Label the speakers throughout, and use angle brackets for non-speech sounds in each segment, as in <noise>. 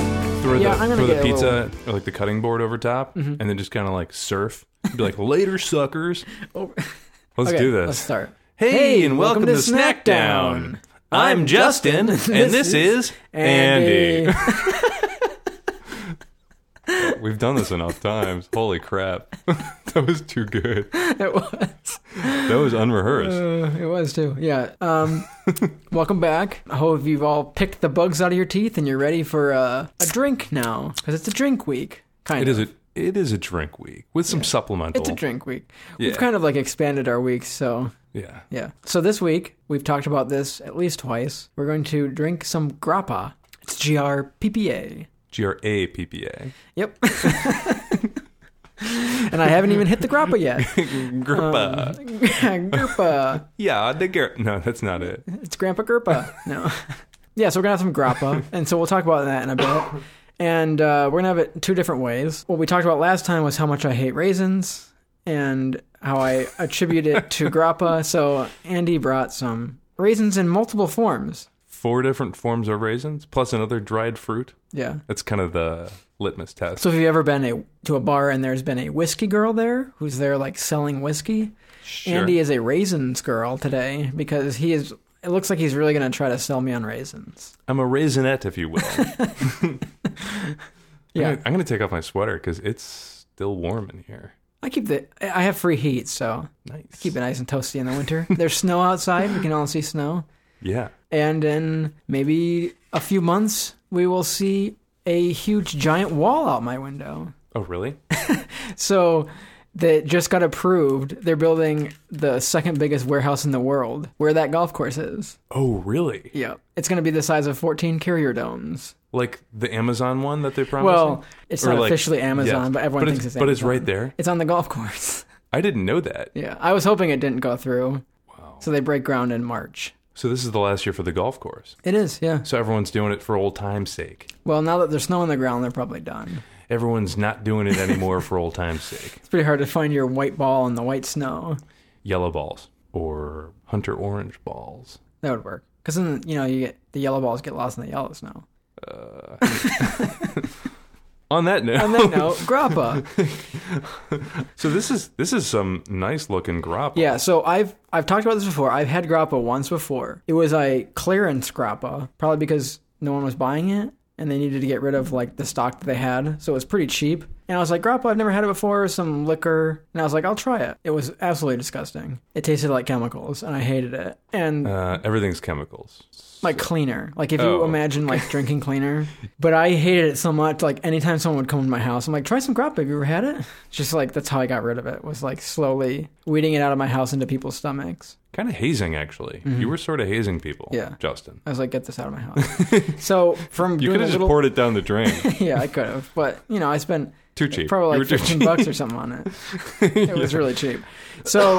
Speaker 1: yeah,
Speaker 2: the,
Speaker 1: I'm gonna
Speaker 2: throw the
Speaker 1: get a
Speaker 2: pizza,
Speaker 1: little- Mm-hmm.
Speaker 2: or, like the cutting board over top, and then just kind of like surf. Be like, later, suckers.
Speaker 1: <laughs> Oh,
Speaker 2: Let's
Speaker 1: okay,
Speaker 2: do this.
Speaker 1: Let's start.
Speaker 2: Hey, and welcome, to Snack Down. I'm Justin, and this is Andy. <laughs> We've done this enough times. Holy crap. <laughs> that was too good.
Speaker 1: <laughs> it was.
Speaker 2: That was unrehearsed.
Speaker 1: Uh, it was too. Yeah.
Speaker 2: <laughs>
Speaker 1: Um, welcome back. I hope you've all picked the bugs out of your teeth and you're ready for uh, a drink now because it's a drink week. Kind
Speaker 2: It is
Speaker 1: of.
Speaker 2: a it is a drink week with some supplemental.
Speaker 1: Uh, It's a drink week.
Speaker 2: Yeah.
Speaker 1: We've kind of like expanded our weeks, so
Speaker 2: Yeah.
Speaker 1: yeah. So this week we've talked about this at least twice. We're going to drink some grappa. It's G R P P A.
Speaker 2: G R A P P A.
Speaker 1: Yep. and I haven't even hit the grappa yet.
Speaker 2: <laughs>
Speaker 1: <laughs> Um,
Speaker 2: Grippa.
Speaker 1: Grappa.
Speaker 2: yeah, the gir- No, that's not it.
Speaker 1: It's Grandpa Grappa. No. yeah, so we're going to have some grappa. And so we'll talk about that in a bit. And uh, we're going to have it two different ways. What we talked about last time was how much I hate raisins and how I attribute it to grappa. So Andy brought some raisins in multiple forms.
Speaker 2: Four different forms of raisins plus another dried fruit.
Speaker 1: Yeah.
Speaker 2: That's kind of the litmus test.
Speaker 1: So if you've ever been a, to a bar and there's been a whiskey girl there who's there like selling whiskey,
Speaker 2: Sure.
Speaker 1: Andy is a raisins girl today because he is. It looks like he's really going to try to sell me on raisins.
Speaker 2: I'm a raisinette, if you
Speaker 1: <laughs>
Speaker 2: will. I'm
Speaker 1: Yeah,
Speaker 2: gonna, I'm gonna take off my sweater because it's still warm in here.
Speaker 1: I keep the. I have free heat, so
Speaker 2: Nice.
Speaker 1: keep it nice and toasty in the
Speaker 2: <laughs>
Speaker 1: winter. There's snow outside. We can all see snow,
Speaker 2: Yeah.
Speaker 1: and in maybe a few months, we will see a huge giant wall out my window.
Speaker 2: Oh, really?
Speaker 1: So that just got approved. They're building the second biggest warehouse in the world, where that golf course is.
Speaker 2: Oh, really?
Speaker 1: Yeah, it's going to be the size of 14 carrier domes.
Speaker 2: Like the Amazon one that they promised?
Speaker 1: Well, it's
Speaker 2: Or
Speaker 1: not
Speaker 2: like-
Speaker 1: officially Amazon,
Speaker 2: yes.
Speaker 1: but everyone
Speaker 2: but
Speaker 1: thinks it's,
Speaker 2: But it's
Speaker 1: Amazon.
Speaker 2: right there.
Speaker 1: It's on the golf course. <laughs>
Speaker 2: I didn't know that.
Speaker 1: yeah, I was hoping it didn't go through.
Speaker 2: Wow.
Speaker 1: So they break ground in March.
Speaker 2: So this is the last year for the golf course.
Speaker 1: It is, yeah.
Speaker 2: So everyone's doing it for old time's sake.
Speaker 1: Well, now that there's snow on the ground, they're probably done.
Speaker 2: Everyone's not doing it anymore for old time's sake.
Speaker 1: It's pretty hard to find your white ball in the white snow.
Speaker 2: Yellow balls or hunter orange balls.
Speaker 1: That would work. Because then, you know, you get the yellow balls get lost in the yellow snow.
Speaker 2: Uh, on that note,
Speaker 1: On that note, grappa.
Speaker 2: so this is this is some nice looking grappa.
Speaker 1: Yeah, so I've I've talked about this before. I've had grappa once before. It was a clearance grappa, probably because no one was buying it and they needed to get rid of like the stock that they had. So it was pretty cheap. And I was like, grappa, I've never had it before, some liquor. And I was like, I'll try it. It was absolutely disgusting. It tasted like chemicals and I hated it. And
Speaker 2: Uh, everything's chemicals.
Speaker 1: like cleaner. Like if
Speaker 2: Oh.
Speaker 1: you imagine like
Speaker 2: <laughs>
Speaker 1: drinking cleaner. But I hated it so much. Like anytime someone would come to my house, I'm like, try some grappa. Have you ever had it? Just like that's how I got rid of it. Was like slowly weeding it out of my house into people's stomachs.
Speaker 2: Kind of hazing, actually. You were sort of hazing people,
Speaker 1: Mm-hmm. Yeah.
Speaker 2: Justin.
Speaker 1: I was like, get this out of
Speaker 2: <laughs>
Speaker 1: my house. so from
Speaker 2: You
Speaker 1: doing
Speaker 2: could
Speaker 1: a
Speaker 2: have just
Speaker 1: little,
Speaker 2: poured it down the drain.
Speaker 1: <laughs> yeah, I could have. But you know, I spent
Speaker 2: too cheap.
Speaker 1: probably
Speaker 2: You
Speaker 1: like
Speaker 2: were too
Speaker 1: 15
Speaker 2: cheap.
Speaker 1: bucks or something on it.
Speaker 2: <laughs>
Speaker 1: It was really cheap. So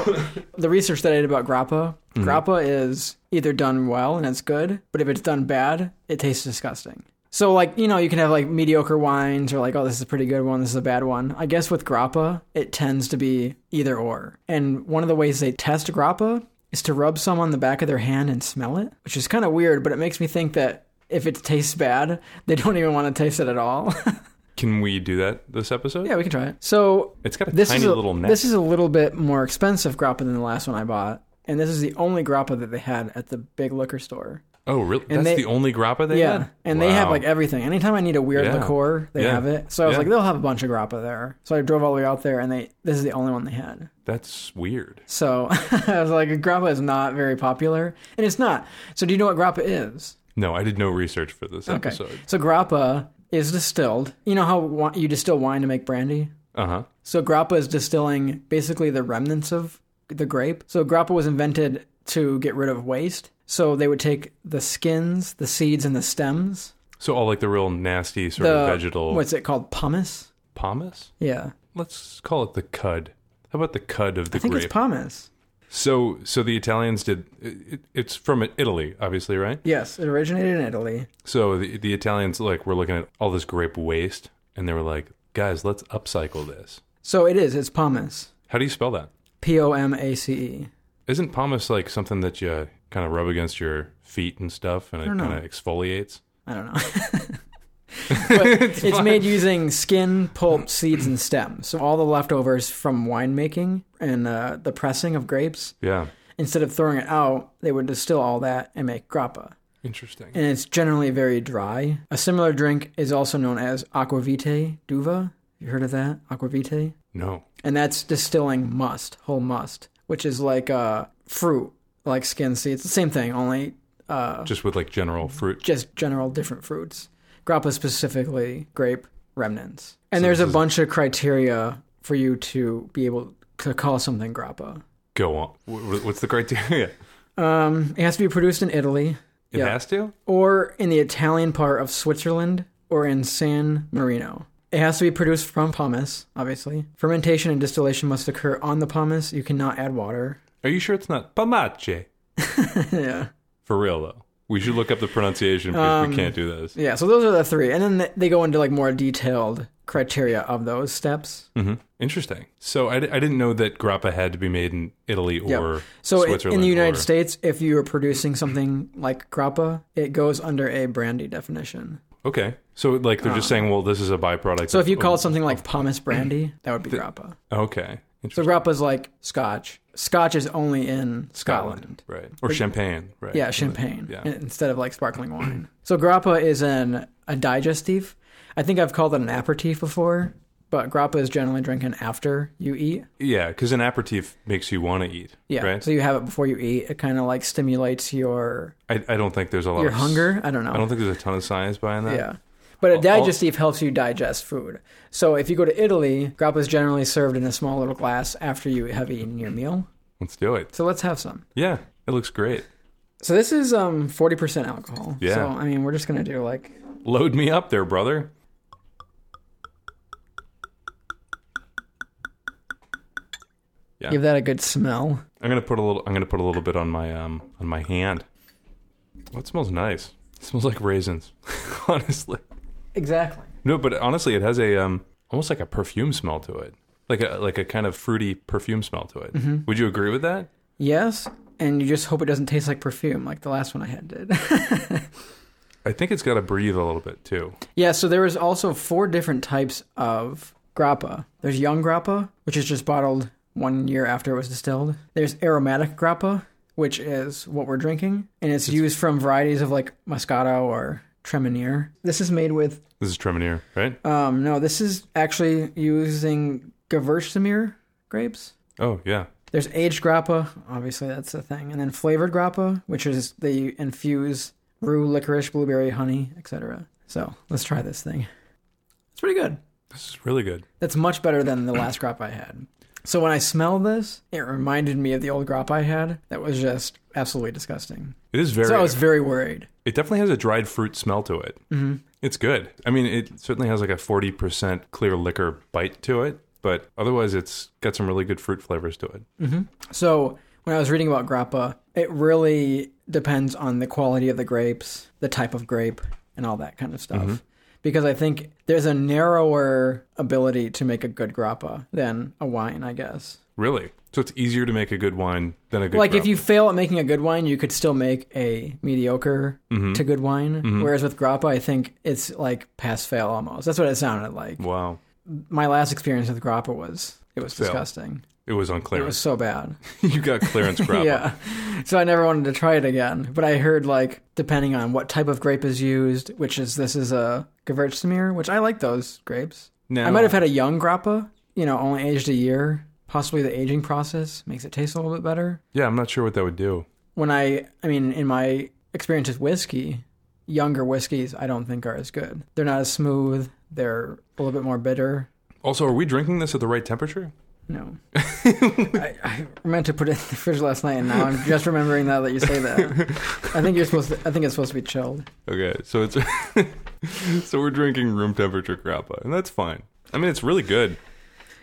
Speaker 1: the research that I did about grappa,
Speaker 2: Mm-hmm.
Speaker 1: grappa is either done well and it's good, but if it's done bad, it tastes disgusting. So like, you know, you can have like mediocre wines or like, oh, this is a pretty good one, this is a bad one. I guess with grappa, it tends to be either or. And one of the ways they test grappa is to rub some on the back of their hand and smell it, which is kind of weird, but it makes me think that if it tastes bad, they don't even want to taste it at all. <laughs>
Speaker 2: Can we do that this episode?
Speaker 1: yeah, we can try it. So
Speaker 2: It's got a
Speaker 1: this
Speaker 2: tiny
Speaker 1: is a,
Speaker 2: little neck.
Speaker 1: This is a little bit more expensive grappa than the last one I bought, and this is the only grappa that they had at the big liquor store.
Speaker 2: oh, really? That's
Speaker 1: and they-
Speaker 2: the only grappa they
Speaker 1: yeah,
Speaker 2: had?
Speaker 1: and they have
Speaker 2: Wow.
Speaker 1: like everything. Anytime I need a weird
Speaker 2: Yeah.
Speaker 1: liqueur, they
Speaker 2: Yeah.
Speaker 1: have it. So I was
Speaker 2: Yeah.
Speaker 1: like, they'll have a bunch of grappa there. So I drove all the way out there, and they this is the only one they had.
Speaker 2: That's weird.
Speaker 1: So <laughs> I was like, grappa is not very popular, and it's not. So do you know what grappa is?
Speaker 2: No, I did no research for this
Speaker 1: Okay,
Speaker 2: episode.
Speaker 1: so grappa is distilled. You know how wi- you distill wine to make brandy?
Speaker 2: Uh huh.
Speaker 1: So grappa is distilling basically the remnants of the grape. So grappa was invented to get rid of waste. So they would take the skins, the seeds, and the stems.
Speaker 2: So all like the real nasty sort
Speaker 1: The
Speaker 2: of vegetal
Speaker 1: What's it called? Pumice.
Speaker 2: pomace.
Speaker 1: Yeah,
Speaker 2: Let's call it the cud. How about the cud of the
Speaker 1: I think
Speaker 2: grape?
Speaker 1: it's pumice.
Speaker 2: so, so the Italians did. It, it- it's from Italy, obviously, right?
Speaker 1: Yes, it originated in Italy.
Speaker 2: So the the Italians like were looking at all this grape waste, and they were like, "Guys, let's upcycle this."
Speaker 1: So it is. It's pumice.
Speaker 2: How do you spell that?
Speaker 1: P O M A C E.
Speaker 2: Isn't pomace like something that you kind of rub against your feet and stuff, and it
Speaker 1: don't know. <laughs>
Speaker 2: kind of exfoliates?
Speaker 1: I don't know. but it's, made using skin, pulp, seeds, and stems. So all the leftovers from winemaking and uh, the pressing of grapes.
Speaker 2: Yeah.
Speaker 1: Instead of throwing it out, they would distill all that and make grappa.
Speaker 2: Interesting.
Speaker 1: And it's generally very dry. A similar drink is also known as aquavitae duva. You heard of that? Aquavitae?
Speaker 2: No.
Speaker 1: And that's distilling must, whole must, which is like uh, fruit, like skin seeds. The same thing, only uh,
Speaker 2: Just with like general fruit.
Speaker 1: just general different fruits. Grappa specifically, grape remnants. And there's a bunch of criteria for you to be able to call something grappa.
Speaker 2: Go on. Wh- wh- What's the criteria? <laughs>
Speaker 1: Um, it has to be produced in Italy
Speaker 2: It
Speaker 1: Yeah.
Speaker 2: has to?
Speaker 1: or in the Italian part of Switzerland or in San Marino. It has to be produced from pomace, obviously. Fermentation and distillation must occur on the pomace. You cannot add water. <laughs>
Speaker 2: Are you sure it's not Pamache?
Speaker 1: yeah.
Speaker 2: For real, though. We should look up the pronunciation because
Speaker 1: Um,
Speaker 2: we can't do this.
Speaker 1: Yeah, so those are the three. And then th- they go into like more detailed criteria of those steps.
Speaker 2: hmm Interesting. So I, di- I didn't know that grappa had to be made in Italy or
Speaker 1: So i-
Speaker 2: Switzerland.
Speaker 1: in the United
Speaker 2: or-
Speaker 1: States, if you are producing something like grappa, it goes under a brandy definition.
Speaker 2: Okay. So like they're just saying, well, this is a byproduct.
Speaker 1: Ah. So if you call
Speaker 2: call
Speaker 1: it something like pomace brandy, that would be grappa.
Speaker 2: okay,
Speaker 1: So
Speaker 2: Interesting.
Speaker 1: grappa's like scotch. Scotch is only in Scotland.
Speaker 2: right, or champagne, right?
Speaker 1: Yeah, champagne
Speaker 2: Yeah.
Speaker 1: in- instead of like sparkling
Speaker 2: <clears throat>
Speaker 1: wine. so grappa is an a digestive. I think I've called it an aperitif before, but grappa is generally drinking after you eat.
Speaker 2: yeah, because an aperitif makes you want to eat.
Speaker 1: Yeah,
Speaker 2: right.
Speaker 1: so you have it before you eat. It kind of like stimulates your
Speaker 2: I, I don't think there's a lot.
Speaker 1: your
Speaker 2: of,
Speaker 1: hunger. I don't know.
Speaker 2: I don't think there's a ton of science behind that.
Speaker 1: yeah. But a
Speaker 2: I'll- I'll-
Speaker 1: digestive helps you digest food. So if you go to Italy, grappa is generally served in a small little glass after you have eaten your meal.
Speaker 2: Let's do it.
Speaker 1: So let's have some.
Speaker 2: Yeah, it looks great.
Speaker 1: So this is um 40% alcohol.
Speaker 2: Yeah.
Speaker 1: So I mean, we're just going to do like
Speaker 2: Load me up there, brother. Yeah.
Speaker 1: give that a good smell.
Speaker 2: I'm gonna put a little. I'm gonna put a little bit on my um on my hand. Oh, it smells nice. It smells like raisins, <laughs> honestly.
Speaker 1: Exactly.
Speaker 2: No, but honestly, it has a um almost like a perfume smell to it, like a like a kind of fruity perfume smell to it.
Speaker 1: Mm-hmm.
Speaker 2: Would you agree with that?
Speaker 1: Yes, and you just hope it doesn't taste like perfume, like the last one I had did. <laughs>
Speaker 2: I think it's got to breathe a little bit too.
Speaker 1: yeah, so there was also four different types of grappa. There's young grappa, which is just bottled one year after it was distilled. There's aromatic grappa, which is what we're drinking, and it's used from varieties of like Moscato or Tremenier. This is made with
Speaker 2: This is Tremenier, right?
Speaker 1: um no, this is actually using Gewurztraminer grapes.
Speaker 2: oh yeah,
Speaker 1: There's aged grappa, obviously that's the thing, and then flavored grappa, which is they infuse rue, licorice, blueberry, honey, etc. So let's try this thing. It's pretty good.
Speaker 2: this is really good.
Speaker 1: That's much better than the last grappa I had. So when I smelled this, it reminded me of the old grappa I had that was just absolutely disgusting.
Speaker 2: It is very.
Speaker 1: So I was very worried.
Speaker 2: it definitely has a dried fruit smell to it. Mm-hmm. It's good. I mean, it certainly has like a forty percent clear liquor bite to it, but otherwise, it's got some really good fruit flavors to it.
Speaker 1: So when I was reading about grappa, it really depends on the quality of the grapes, the type of grape, and all that kind of stuff.
Speaker 2: Mm-hmm.
Speaker 1: Because I think there's a narrower ability to make a good grappa than a wine, I guess.
Speaker 2: Really. So it's easier to make a good wine than a good.
Speaker 1: Like if
Speaker 2: grappa.
Speaker 1: you fail at making a good wine, you could still make a mediocre
Speaker 2: Mm-hmm.
Speaker 1: to good wine. Whereas with grappa, I think it's like pass fail almost. That's what it sounded like.
Speaker 2: Wow.
Speaker 1: My last experience with grappa was it was
Speaker 2: Fail.
Speaker 1: disgusting.
Speaker 2: It was on
Speaker 1: It was
Speaker 2: clearance.
Speaker 1: so bad.
Speaker 2: <laughs> you got clearance grappa.
Speaker 1: <laughs> Yeah. <laughs> So I never wanted to try it again. But I heard like depending on what type of grape is used, which is this is a Gewurztraminer, which I like those grapes.
Speaker 2: Now,
Speaker 1: I might have had a young grappa, you know, only aged a year. Possibly the aging process makes it taste a little bit better.
Speaker 2: Yeah, I'm not sure what that would do.
Speaker 1: When I I mean in my experience with whiskey, younger whiskeys I don't think are as good. They're not as smooth, they're a little bit more bitter.
Speaker 2: Also, are we drinking this at the right temperature?
Speaker 1: No. I, I meant to put it in the fridge last night, and now I'm just remembering now that you say that. I think you're supposed. To, I think it's supposed to be chilled.
Speaker 2: Okay, so it's <laughs> so we're drinking room temperature grappa, and that's fine. I mean, it's really good.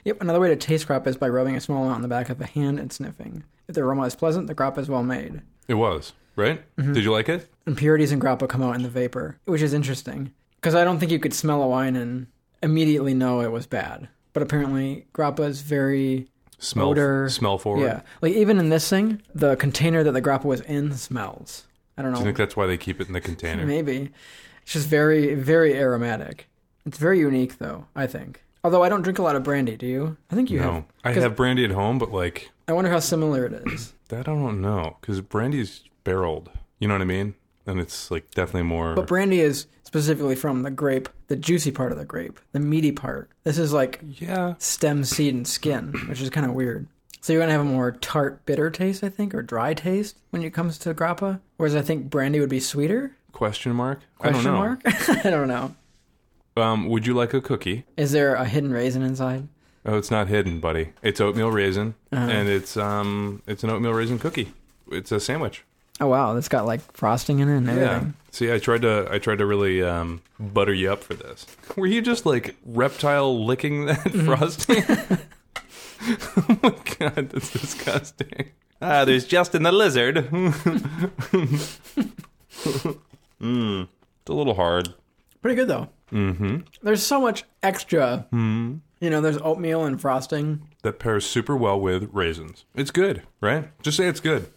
Speaker 1: Yep. Another way to taste crop is by rubbing a small amount on the back of the hand and sniffing. If the aroma is pleasant, the crop is well made.
Speaker 2: It was right.
Speaker 1: Mm-hmm.
Speaker 2: Did you like it?
Speaker 1: Impurities in grappa come out in the vapor, which is interesting because I don't think you could smell a wine and immediately know it was bad. But apparently, grappa is very
Speaker 2: Smell,
Speaker 1: Odor.
Speaker 2: smell forward.
Speaker 1: yeah. Like even in this thing, the container that the grappa was in smells. I don't know.
Speaker 2: I think that's why they keep it in the container.
Speaker 1: Maybe. It's just very, very aromatic. It's very unique, though, I think. Although I don't drink a lot of brandy, do you? I think you have.
Speaker 2: No, I
Speaker 1: 'cause-
Speaker 2: have brandy at home, but like
Speaker 1: I wonder how similar it
Speaker 2: <clears throat>
Speaker 1: is.
Speaker 2: that, I don't know because brandy's barreled. You know what I mean? And it's like definitely more.
Speaker 1: But brandy is specifically from the grape, the juicy part of the grape, the meaty part. This is like
Speaker 2: yeah,
Speaker 1: stem, seed, and skin, which is kind of weird. So you're gonna have a more tart, bitter taste, I think, or dry taste when it comes to grappa. Whereas I think brandy would be sweeter.
Speaker 2: question mark? I
Speaker 1: Question
Speaker 2: don't know.
Speaker 1: mark. <laughs> I don't know.
Speaker 2: Um, would you like a cookie?
Speaker 1: Is there a hidden raisin inside?
Speaker 2: Oh, it's not hidden, buddy. It's oatmeal raisin, and it's um, it's an oatmeal raisin cookie. It's a sandwich.
Speaker 1: Oh wow, it's got like frosting in it and
Speaker 2: Yeah.
Speaker 1: everything.
Speaker 2: See, I tried to I tried to really um, butter you up for this. Were you just like reptile licking that <laughs> frosting? oh my god, that's disgusting. Ah, there's Justin the lizard. <laughs> Hmm. mm, it's a little hard.
Speaker 1: Pretty good though.
Speaker 2: Mm-hmm.
Speaker 1: There's so much extra.
Speaker 2: Hmm.
Speaker 1: You know, there's oatmeal and frosting.
Speaker 2: That pairs super well with raisins. It's good, right? Just say it's good.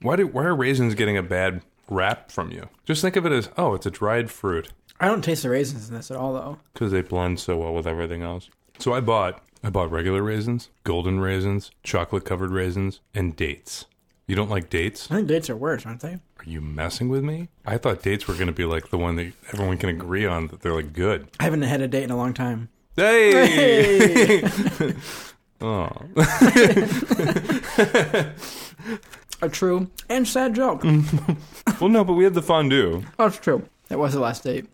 Speaker 2: Why do why are raisins getting a bad rap from you? Just think of it as oh, it's a dried fruit.
Speaker 1: I don't taste the raisins in this at all though.
Speaker 2: because they blend so well with everything else. So I bought I bought regular raisins, golden raisins, chocolate covered raisins, and dates. You don't like dates?
Speaker 1: I think dates are worse, aren't they?
Speaker 2: Are you messing with me? I thought dates were going to be like the one that everyone can agree on that they're like good.
Speaker 1: I haven't had a date in a long time.
Speaker 2: Hey!
Speaker 1: Hey!
Speaker 2: <laughs> Oh,
Speaker 1: a true and sad joke.
Speaker 2: Hmm. well, no, but we had the fondue.
Speaker 1: That's true. That was the last date.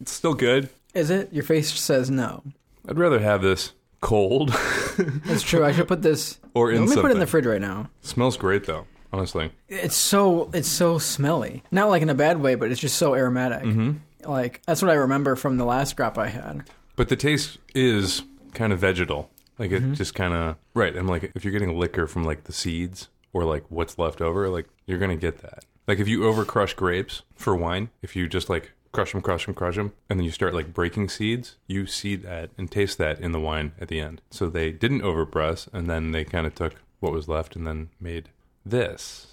Speaker 2: It's still good.
Speaker 1: Is it? Your face says no.
Speaker 2: I'd rather have this cold <laughs>
Speaker 1: That's true. I should put this.
Speaker 2: or in
Speaker 1: Let me
Speaker 2: something.
Speaker 1: put it in the fridge right now.
Speaker 2: Smells great though, honestly.
Speaker 1: It's so it's so smelly. Not like in a bad way, but it's just so aromatic.
Speaker 2: Mm-hmm.
Speaker 1: Like that's what I remember from the last grappa I had.
Speaker 2: But the taste is kind of vegetal. Like
Speaker 1: Mm-hmm.
Speaker 2: it just kind of right. I'm like, if you're getting liquor from like the seeds or like what's left over, like you're gonna get that. Like if you over crush grapes for wine, if you just like crush them, crush them, crush them, and then you start like breaking seeds, you see that and taste that in the wine at the end. So they didn't overpress, and then they kind of took what was left and then made this.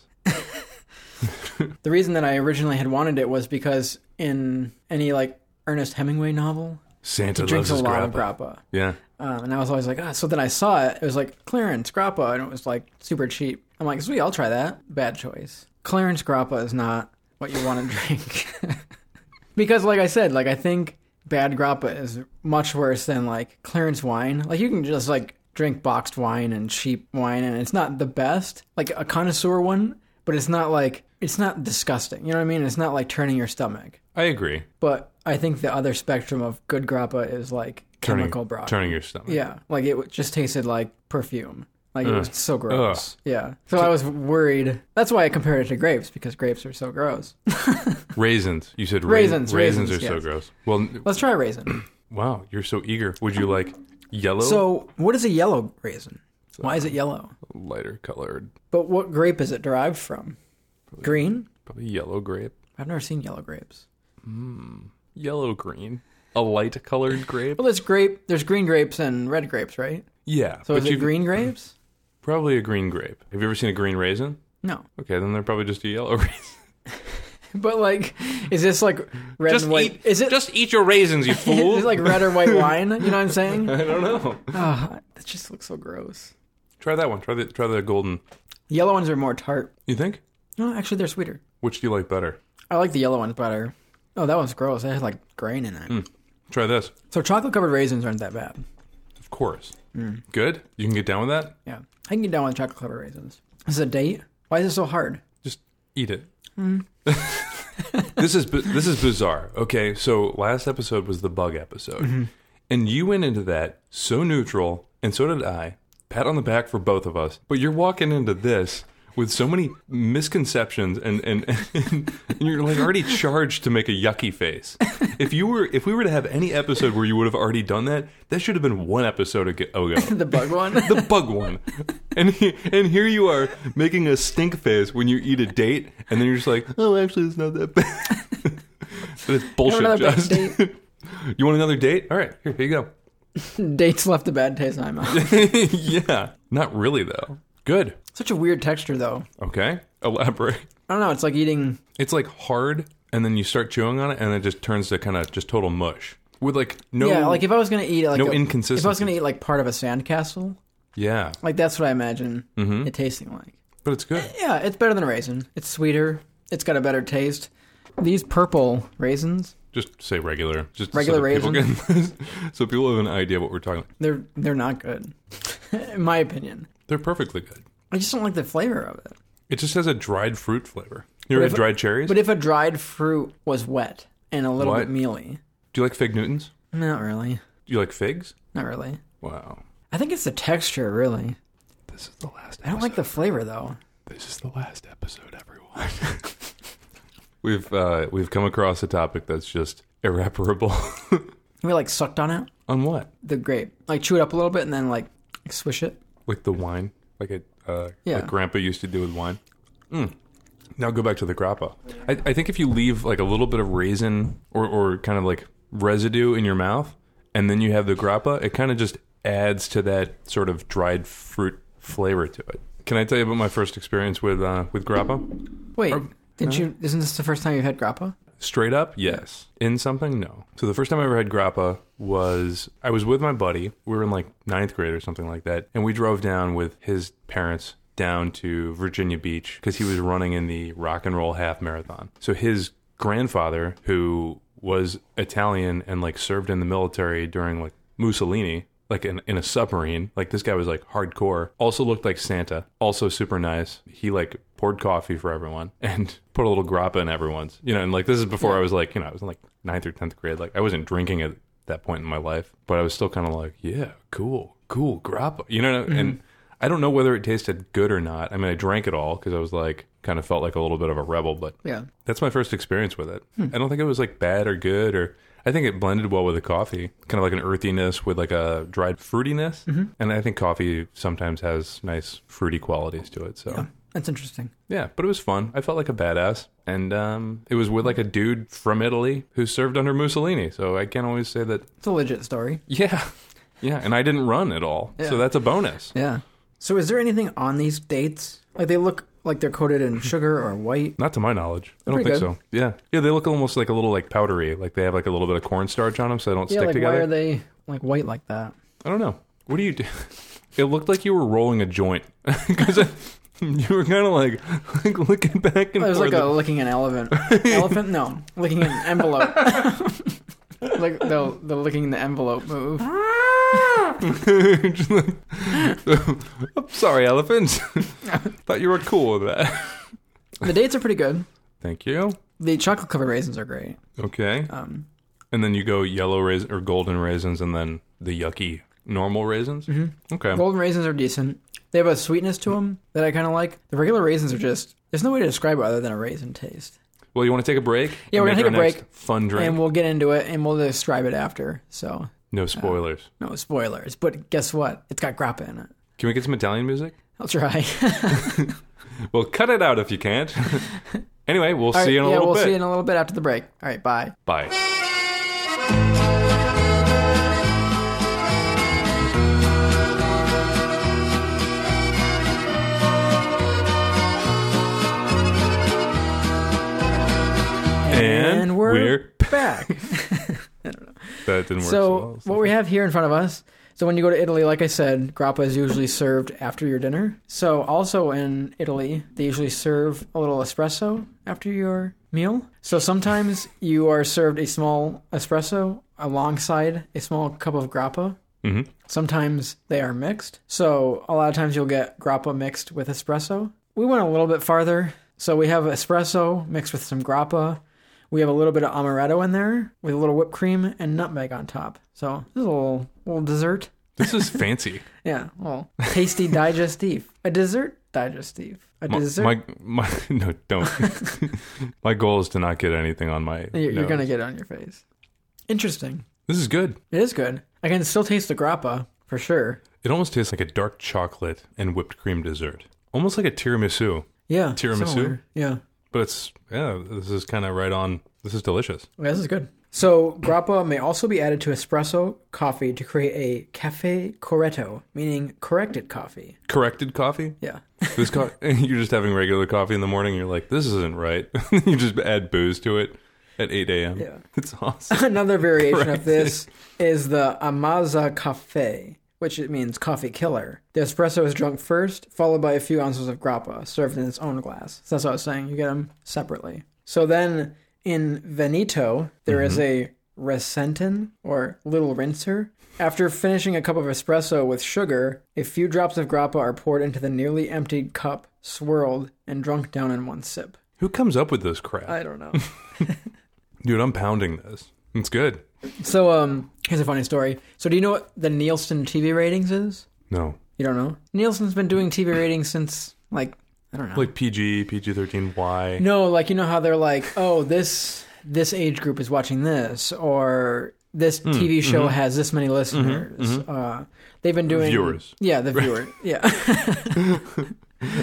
Speaker 1: The reason that I originally had wanted it was because in any like Ernest Hemingway novel,
Speaker 2: Santa
Speaker 1: he
Speaker 2: loves
Speaker 1: drinks a
Speaker 2: his
Speaker 1: lot
Speaker 2: grappa.
Speaker 1: of grappa.
Speaker 2: Yeah,
Speaker 1: Um, and I was always like, ah. So then I saw it. It was like Clarence Grappa, and it was like super cheap. I'm like, sweet, I'll try that. Bad choice. Clarence Grappa is not what you want to <laughs> drink. because, like I said, like I think bad Grappa is much worse than like Clarence wine. Like you can just like drink boxed wine and cheap wine, and it's not the best. Like a connoisseur one, but it's not like it's not disgusting. You know what I mean? It's not like turning your stomach.
Speaker 2: I agree.
Speaker 1: But I think the other spectrum of good Grappa is like
Speaker 2: Turning,
Speaker 1: chemical broth.
Speaker 2: turning your stomach.
Speaker 1: Yeah, like it w- just tasted like perfume. Like it was so gross. Yeah. So I was worried. That's why I compared it to grapes because grapes are so gross.
Speaker 2: Raisins. You said ra-
Speaker 1: Raisins,
Speaker 2: Raisins,
Speaker 1: raisins,
Speaker 2: are so
Speaker 1: yes.
Speaker 2: gross. Well,
Speaker 1: Let's
Speaker 2: <clears throat>
Speaker 1: try raisin.
Speaker 2: Wow, you're so eager. Would you like yellow?
Speaker 1: So, what is a yellow raisin? Why is it yellow?
Speaker 2: lighter colored,
Speaker 1: But what grape is it derived from? Green?
Speaker 2: probably yellow grape.
Speaker 1: I've never seen yellow grapes.
Speaker 2: Yellow green. A light colored grape?
Speaker 1: Well, there's grape. There's green grapes and red grapes, right?
Speaker 2: Yeah.
Speaker 1: So is it
Speaker 2: you've-
Speaker 1: green grapes?
Speaker 2: Probably a green grape. Have you ever seen a green raisin?
Speaker 1: No. <laughs>
Speaker 2: Okay, then they're probably just a yellow <laughs> raisin.
Speaker 1: But like, is this like red
Speaker 2: Just
Speaker 1: and white?
Speaker 2: eat,
Speaker 1: is it
Speaker 2: just eat your raisins, you
Speaker 1: <laughs> is
Speaker 2: fool.
Speaker 1: it like red or
Speaker 2: <laughs>
Speaker 1: white wine? You know what I'm saying?
Speaker 2: I don't know.
Speaker 1: Ah, that just looks so gross.
Speaker 2: Try that one. Try the try the golden.
Speaker 1: The yellow ones are more tart.
Speaker 2: You think?
Speaker 1: No, actually, they're sweeter.
Speaker 2: Which do you like better?
Speaker 1: I like the yellow ones better. Oh, that one's gross. It had like grain in it.
Speaker 2: Mm. Try this.
Speaker 1: So chocolate covered raisins aren't that bad.
Speaker 2: Of course.
Speaker 1: Mm.
Speaker 2: Good? You can get down with that?
Speaker 1: Yeah, I can get down with chocolate covered raisins. This is a date. Why is it so hard?
Speaker 2: Just eat it. <laughs> this is bi- this is bizarre. Okay, so last episode was the bug episode, and you went into that so neutral, and so did I. Pat on the back for both of us, but you're walking into this with so many misconceptions, and and, <laughs> and, you're like already charged to make a yucky face. If you were if we were to have any episode where you would have already done that, that should have been one episode ago. ago.
Speaker 1: <laughs> The bug
Speaker 2: <laughs>
Speaker 1: one.
Speaker 2: The bug one, and he, and here you are making a stink face when you eat a date, and then you're just like, oh, actually, it's not that bad. <laughs> But it's
Speaker 1: I
Speaker 2: bullshit.
Speaker 1: don't know about
Speaker 2: Justin.
Speaker 1: date.
Speaker 2: You want another date? All right, here, here you go.
Speaker 1: <laughs> Dates left a bad taste in my
Speaker 2: <laughs>
Speaker 1: mouth.
Speaker 2: yeah. Not really, though. Good.
Speaker 1: <laughs> Such a weird texture, though.
Speaker 2: Okay, elaborate.
Speaker 1: I don't know. It's like eating.
Speaker 2: It's like hard, and then you start chewing on it, and it just turns to kind of just total mush with like no.
Speaker 1: yeah, like if I was gonna eat like
Speaker 2: no
Speaker 1: a-
Speaker 2: inconsistency.
Speaker 1: If I was gonna eat like part of a sandcastle,
Speaker 2: yeah,
Speaker 1: like that's what I imagine
Speaker 2: Mm-hmm.
Speaker 1: it tasting like.
Speaker 2: but it's good.
Speaker 1: Yeah, it's better than a raisin. It's sweeter. It's got a better taste. These purple raisins,
Speaker 2: Just say regular. Just
Speaker 1: Regular
Speaker 2: so that People can, <laughs> so people have an idea what we're talking. about.
Speaker 1: they're they're not good, <laughs> in my opinion.
Speaker 2: They're perfectly good.
Speaker 1: I just don't like the flavor of it.
Speaker 2: It just has a dried fruit flavor. You ever
Speaker 1: But
Speaker 2: had
Speaker 1: if-
Speaker 2: dried cherries?
Speaker 1: But if a dried fruit was wet and a little
Speaker 2: What?
Speaker 1: bit mealy,
Speaker 2: Do you like fig Newtons?
Speaker 1: not really,
Speaker 2: Do you like figs?
Speaker 1: not really.
Speaker 2: Wow.
Speaker 1: I think it's the texture, really.
Speaker 2: This is the last.
Speaker 1: I don't like the flavor though.
Speaker 2: This is the last episode, everyone. <laughs> we've uh, we've come across a topic that's just irreparable. <laughs>
Speaker 1: We like sucked on it,
Speaker 2: On what?
Speaker 1: the grape, like chew it up a little bit and then like swish it.
Speaker 2: Like the wine, like a uh,
Speaker 1: Yeah.
Speaker 2: like Grandpa used to do with wine. Mm. Now go back to the grappa. I, I think if you leave like a little bit of raisin or or kind of like residue in your mouth, and then you have the grappa, it kind of just adds to that sort of dried fruit flavor to it. Can I tell you about my first experience with uh, with grappa?
Speaker 1: Wait, did not you? Isn't this the first time you've had grappa?
Speaker 2: Straight up, yes. In something, no. So the first time I ever had grappa was I was with my buddy. We were in like ninth grade or something like that, and we drove down with his parents down to Virginia Beach because he was running in the rock and roll half marathon. So his grandfather, who was Italian and like served in the military during like Mussolini, like in, in a submarine. Like this guy was like hardcore. Also looked like Santa. Also super nice. He like poured coffee for everyone <laughs> and put a little grappa in everyone's. You know, and like this is before I was like, you know, I was in like ninth or tenth grade. Like I wasn't drinking at that point in my life, but I was still kind of like, yeah, cool, cool grappa. You know, and I don't know whether it tasted good or not. I mean, I drank it all because I was like, kind of felt like a little bit of a rebel, but
Speaker 1: Yeah.
Speaker 2: that's my first experience with it.
Speaker 1: Hmm.
Speaker 2: I don't think it was like bad or good or I think it blended well with the coffee, kind of like an earthiness with like a dried fruitiness.
Speaker 1: Mm-hmm.
Speaker 2: And I think coffee sometimes has nice fruity qualities to it. So yeah.
Speaker 1: Oh, That's interesting.
Speaker 2: but it was fun. I felt like a badass, and um, it was with like a dude from Italy who served under Mussolini. So I can't always say that. <laughs>
Speaker 1: It's a legit story.
Speaker 2: Yeah, yeah, and I didn't run at all, so
Speaker 1: Yeah.
Speaker 2: that's a bonus.
Speaker 1: Yeah. So is there anything on these dates? Like they look like they're
Speaker 2: <laughs>
Speaker 1: coated in sugar or white.
Speaker 2: Not to my knowledge. I don't think
Speaker 1: Pretty
Speaker 2: so. Yeah. Yeah, they look almost like a little like powdery. Like they have like a little bit of cornstarch on them so they don't
Speaker 1: Yeah,
Speaker 2: stick
Speaker 1: like
Speaker 2: together.
Speaker 1: why are they like white like that?
Speaker 2: I don't know. What do you do? <laughs> It looked like you were rolling a joint <laughs> because you were kind of like, like looking back and
Speaker 1: Oh, It was
Speaker 2: forth.
Speaker 1: like a licking an elephant. elephant? No, licking an envelope.
Speaker 2: <laughs>
Speaker 1: like the the licking the envelope move.
Speaker 2: <laughs> Just like- <laughs> I'm sorry, elephant. <laughs> Thought you were cool with that.
Speaker 1: The dates are pretty good.
Speaker 2: Thank you.
Speaker 1: The chocolate covered raisins are great.
Speaker 2: Okay,
Speaker 1: Um,
Speaker 2: and then you go yellow raisin or golden raisins, and then the yucky normal raisins. Mm-hmm. Okay,
Speaker 1: golden raisins are decent. They have a sweetness to them that I kind of like. The regular raisins are just there's no way to describe it other than a raisin taste.
Speaker 2: well, you want to take a break?
Speaker 1: Yeah, we're
Speaker 2: And
Speaker 1: gonna
Speaker 2: make our
Speaker 1: take a
Speaker 2: next Fun drink.
Speaker 1: And we'll get into it and we'll describe it after. So
Speaker 2: no spoilers.
Speaker 1: No spoilers, but guess what? It's got grappa in it.
Speaker 2: Can we get some Italian music?
Speaker 1: I'll try.
Speaker 2: Well, cut it out if you can't. <laughs> anyway, we'll
Speaker 1: <laughs>
Speaker 2: see you in a
Speaker 1: yeah,
Speaker 2: little
Speaker 1: we'll
Speaker 2: bit.
Speaker 1: see you in a little bit after the break. All right, bye.
Speaker 2: Bye. And,
Speaker 1: we're,
Speaker 2: we're, <laughs>
Speaker 1: back.
Speaker 2: that didn't work.
Speaker 1: so,
Speaker 2: well.
Speaker 1: what we have here in front of us. So, when you go to Italy, like I said, grappa is usually served after your dinner. So, also in Italy, they usually serve a little espresso after your meal. So, sometimes you are served a small espresso alongside a small cup of grappa.
Speaker 2: Mhm.
Speaker 1: Sometimes they are mixed. So a lot of times you'll get grappa mixed with espresso. We went a little bit farther. So we have espresso mixed with some grappa. We have a little bit of amaretto in there with a little whipped cream and nutmeg on top. So this is a little, little dessert.
Speaker 2: this
Speaker 1: <laughs>
Speaker 2: is fancy.
Speaker 1: Yeah,
Speaker 2: <laughs>
Speaker 1: well, tasty digestive. A dessert digestive. A
Speaker 2: My,
Speaker 1: dessert.
Speaker 2: my, my- <laughs> no,
Speaker 1: <laughs>
Speaker 2: don't. my goal is to not get anything on my.
Speaker 1: you're you're
Speaker 2: nose.
Speaker 1: going to get it on your face. Interesting.
Speaker 2: This is good.
Speaker 1: It is good. I can still taste the grappa for sure.
Speaker 2: It almost tastes like a dark chocolate and whipped cream dessert, almost like a tiramisu.
Speaker 1: Yeah.
Speaker 2: Tiramisu?
Speaker 1: similar. Yeah.
Speaker 2: But it's yeah, this is kind of right on. This is delicious.
Speaker 1: Yeah, this is good. So grappa may also be added to espresso coffee to create a cafe corretto, meaning corrected coffee.
Speaker 2: Corrected coffee?
Speaker 1: Yeah.
Speaker 2: This co- <laughs> you're just having regular coffee in the morning. And you're like, this isn't right. <laughs> you just add booze to it at 8 a.m.
Speaker 1: Yeah.
Speaker 2: It's awesome.
Speaker 1: <laughs> Another variation of this is the Amaza Cafe, which it means coffee killer. The espresso is drunk first, followed by a few ounces of grappa, served in its own glass. So that's what I was saying. You get them separately. So then in Veneto, there is a Resentin or little rinser. After finishing a cup of espresso with sugar, a few drops of grappa are poured into the nearly emptied cup, swirled, and drunk down in one sip.
Speaker 2: Who comes up with this crap?
Speaker 1: I don't know.
Speaker 2: Dude, I'm pounding this. It's good.
Speaker 1: So, um, here's a funny story. So, do you know what the Nielsen TV ratings is?
Speaker 2: No.
Speaker 1: You don't know? Nielsen's been doing TV ratings since like I don't know.
Speaker 2: Like PG, PG 13, Y.
Speaker 1: no, like you know how they're like, oh, this this age group is watching this, or this TV show has this many listeners. Uh, they've been doing
Speaker 2: Viewers.
Speaker 1: Yeah, the viewer. Yeah,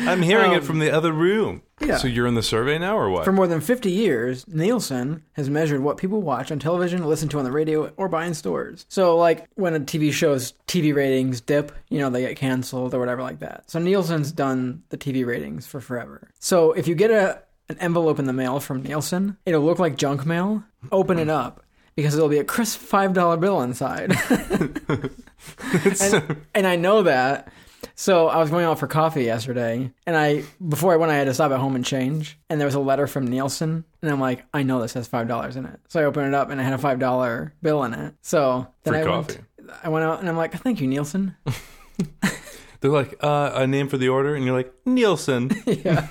Speaker 2: I'm hearing
Speaker 1: Um,
Speaker 2: it from the other room.
Speaker 1: yeah.
Speaker 2: So you're in the survey now or what?
Speaker 1: For more than 50 years, Nielsen has measured what people watch on television, listen to on the radio, or buy in stores. So, like, when a TV show's TV ratings dip, you know, they get canceled or whatever like that. So, Nielsen's done the TV ratings for forever. So, if you get a, an envelope in the mail from Nielsen, it'll look like junk mail. Open it up because there'll be a crisp $5 bill inside. <laughs> and, and I know that. So I was going out for coffee yesterday, and I before I went, I had to stop at home and change. And there was a letter from Nielsen, and I'm like, I know this has five dollars in it. So I opened it up, and it had a five dollar bill in it. So then
Speaker 2: Free
Speaker 1: I
Speaker 2: coffee.
Speaker 1: went, I went out, and I'm like, thank you, Nielsen. <laughs>
Speaker 2: They're like, uh, a name for the order? And you're like,
Speaker 1: <laughs>
Speaker 2: Nielsen.
Speaker 1: yeah.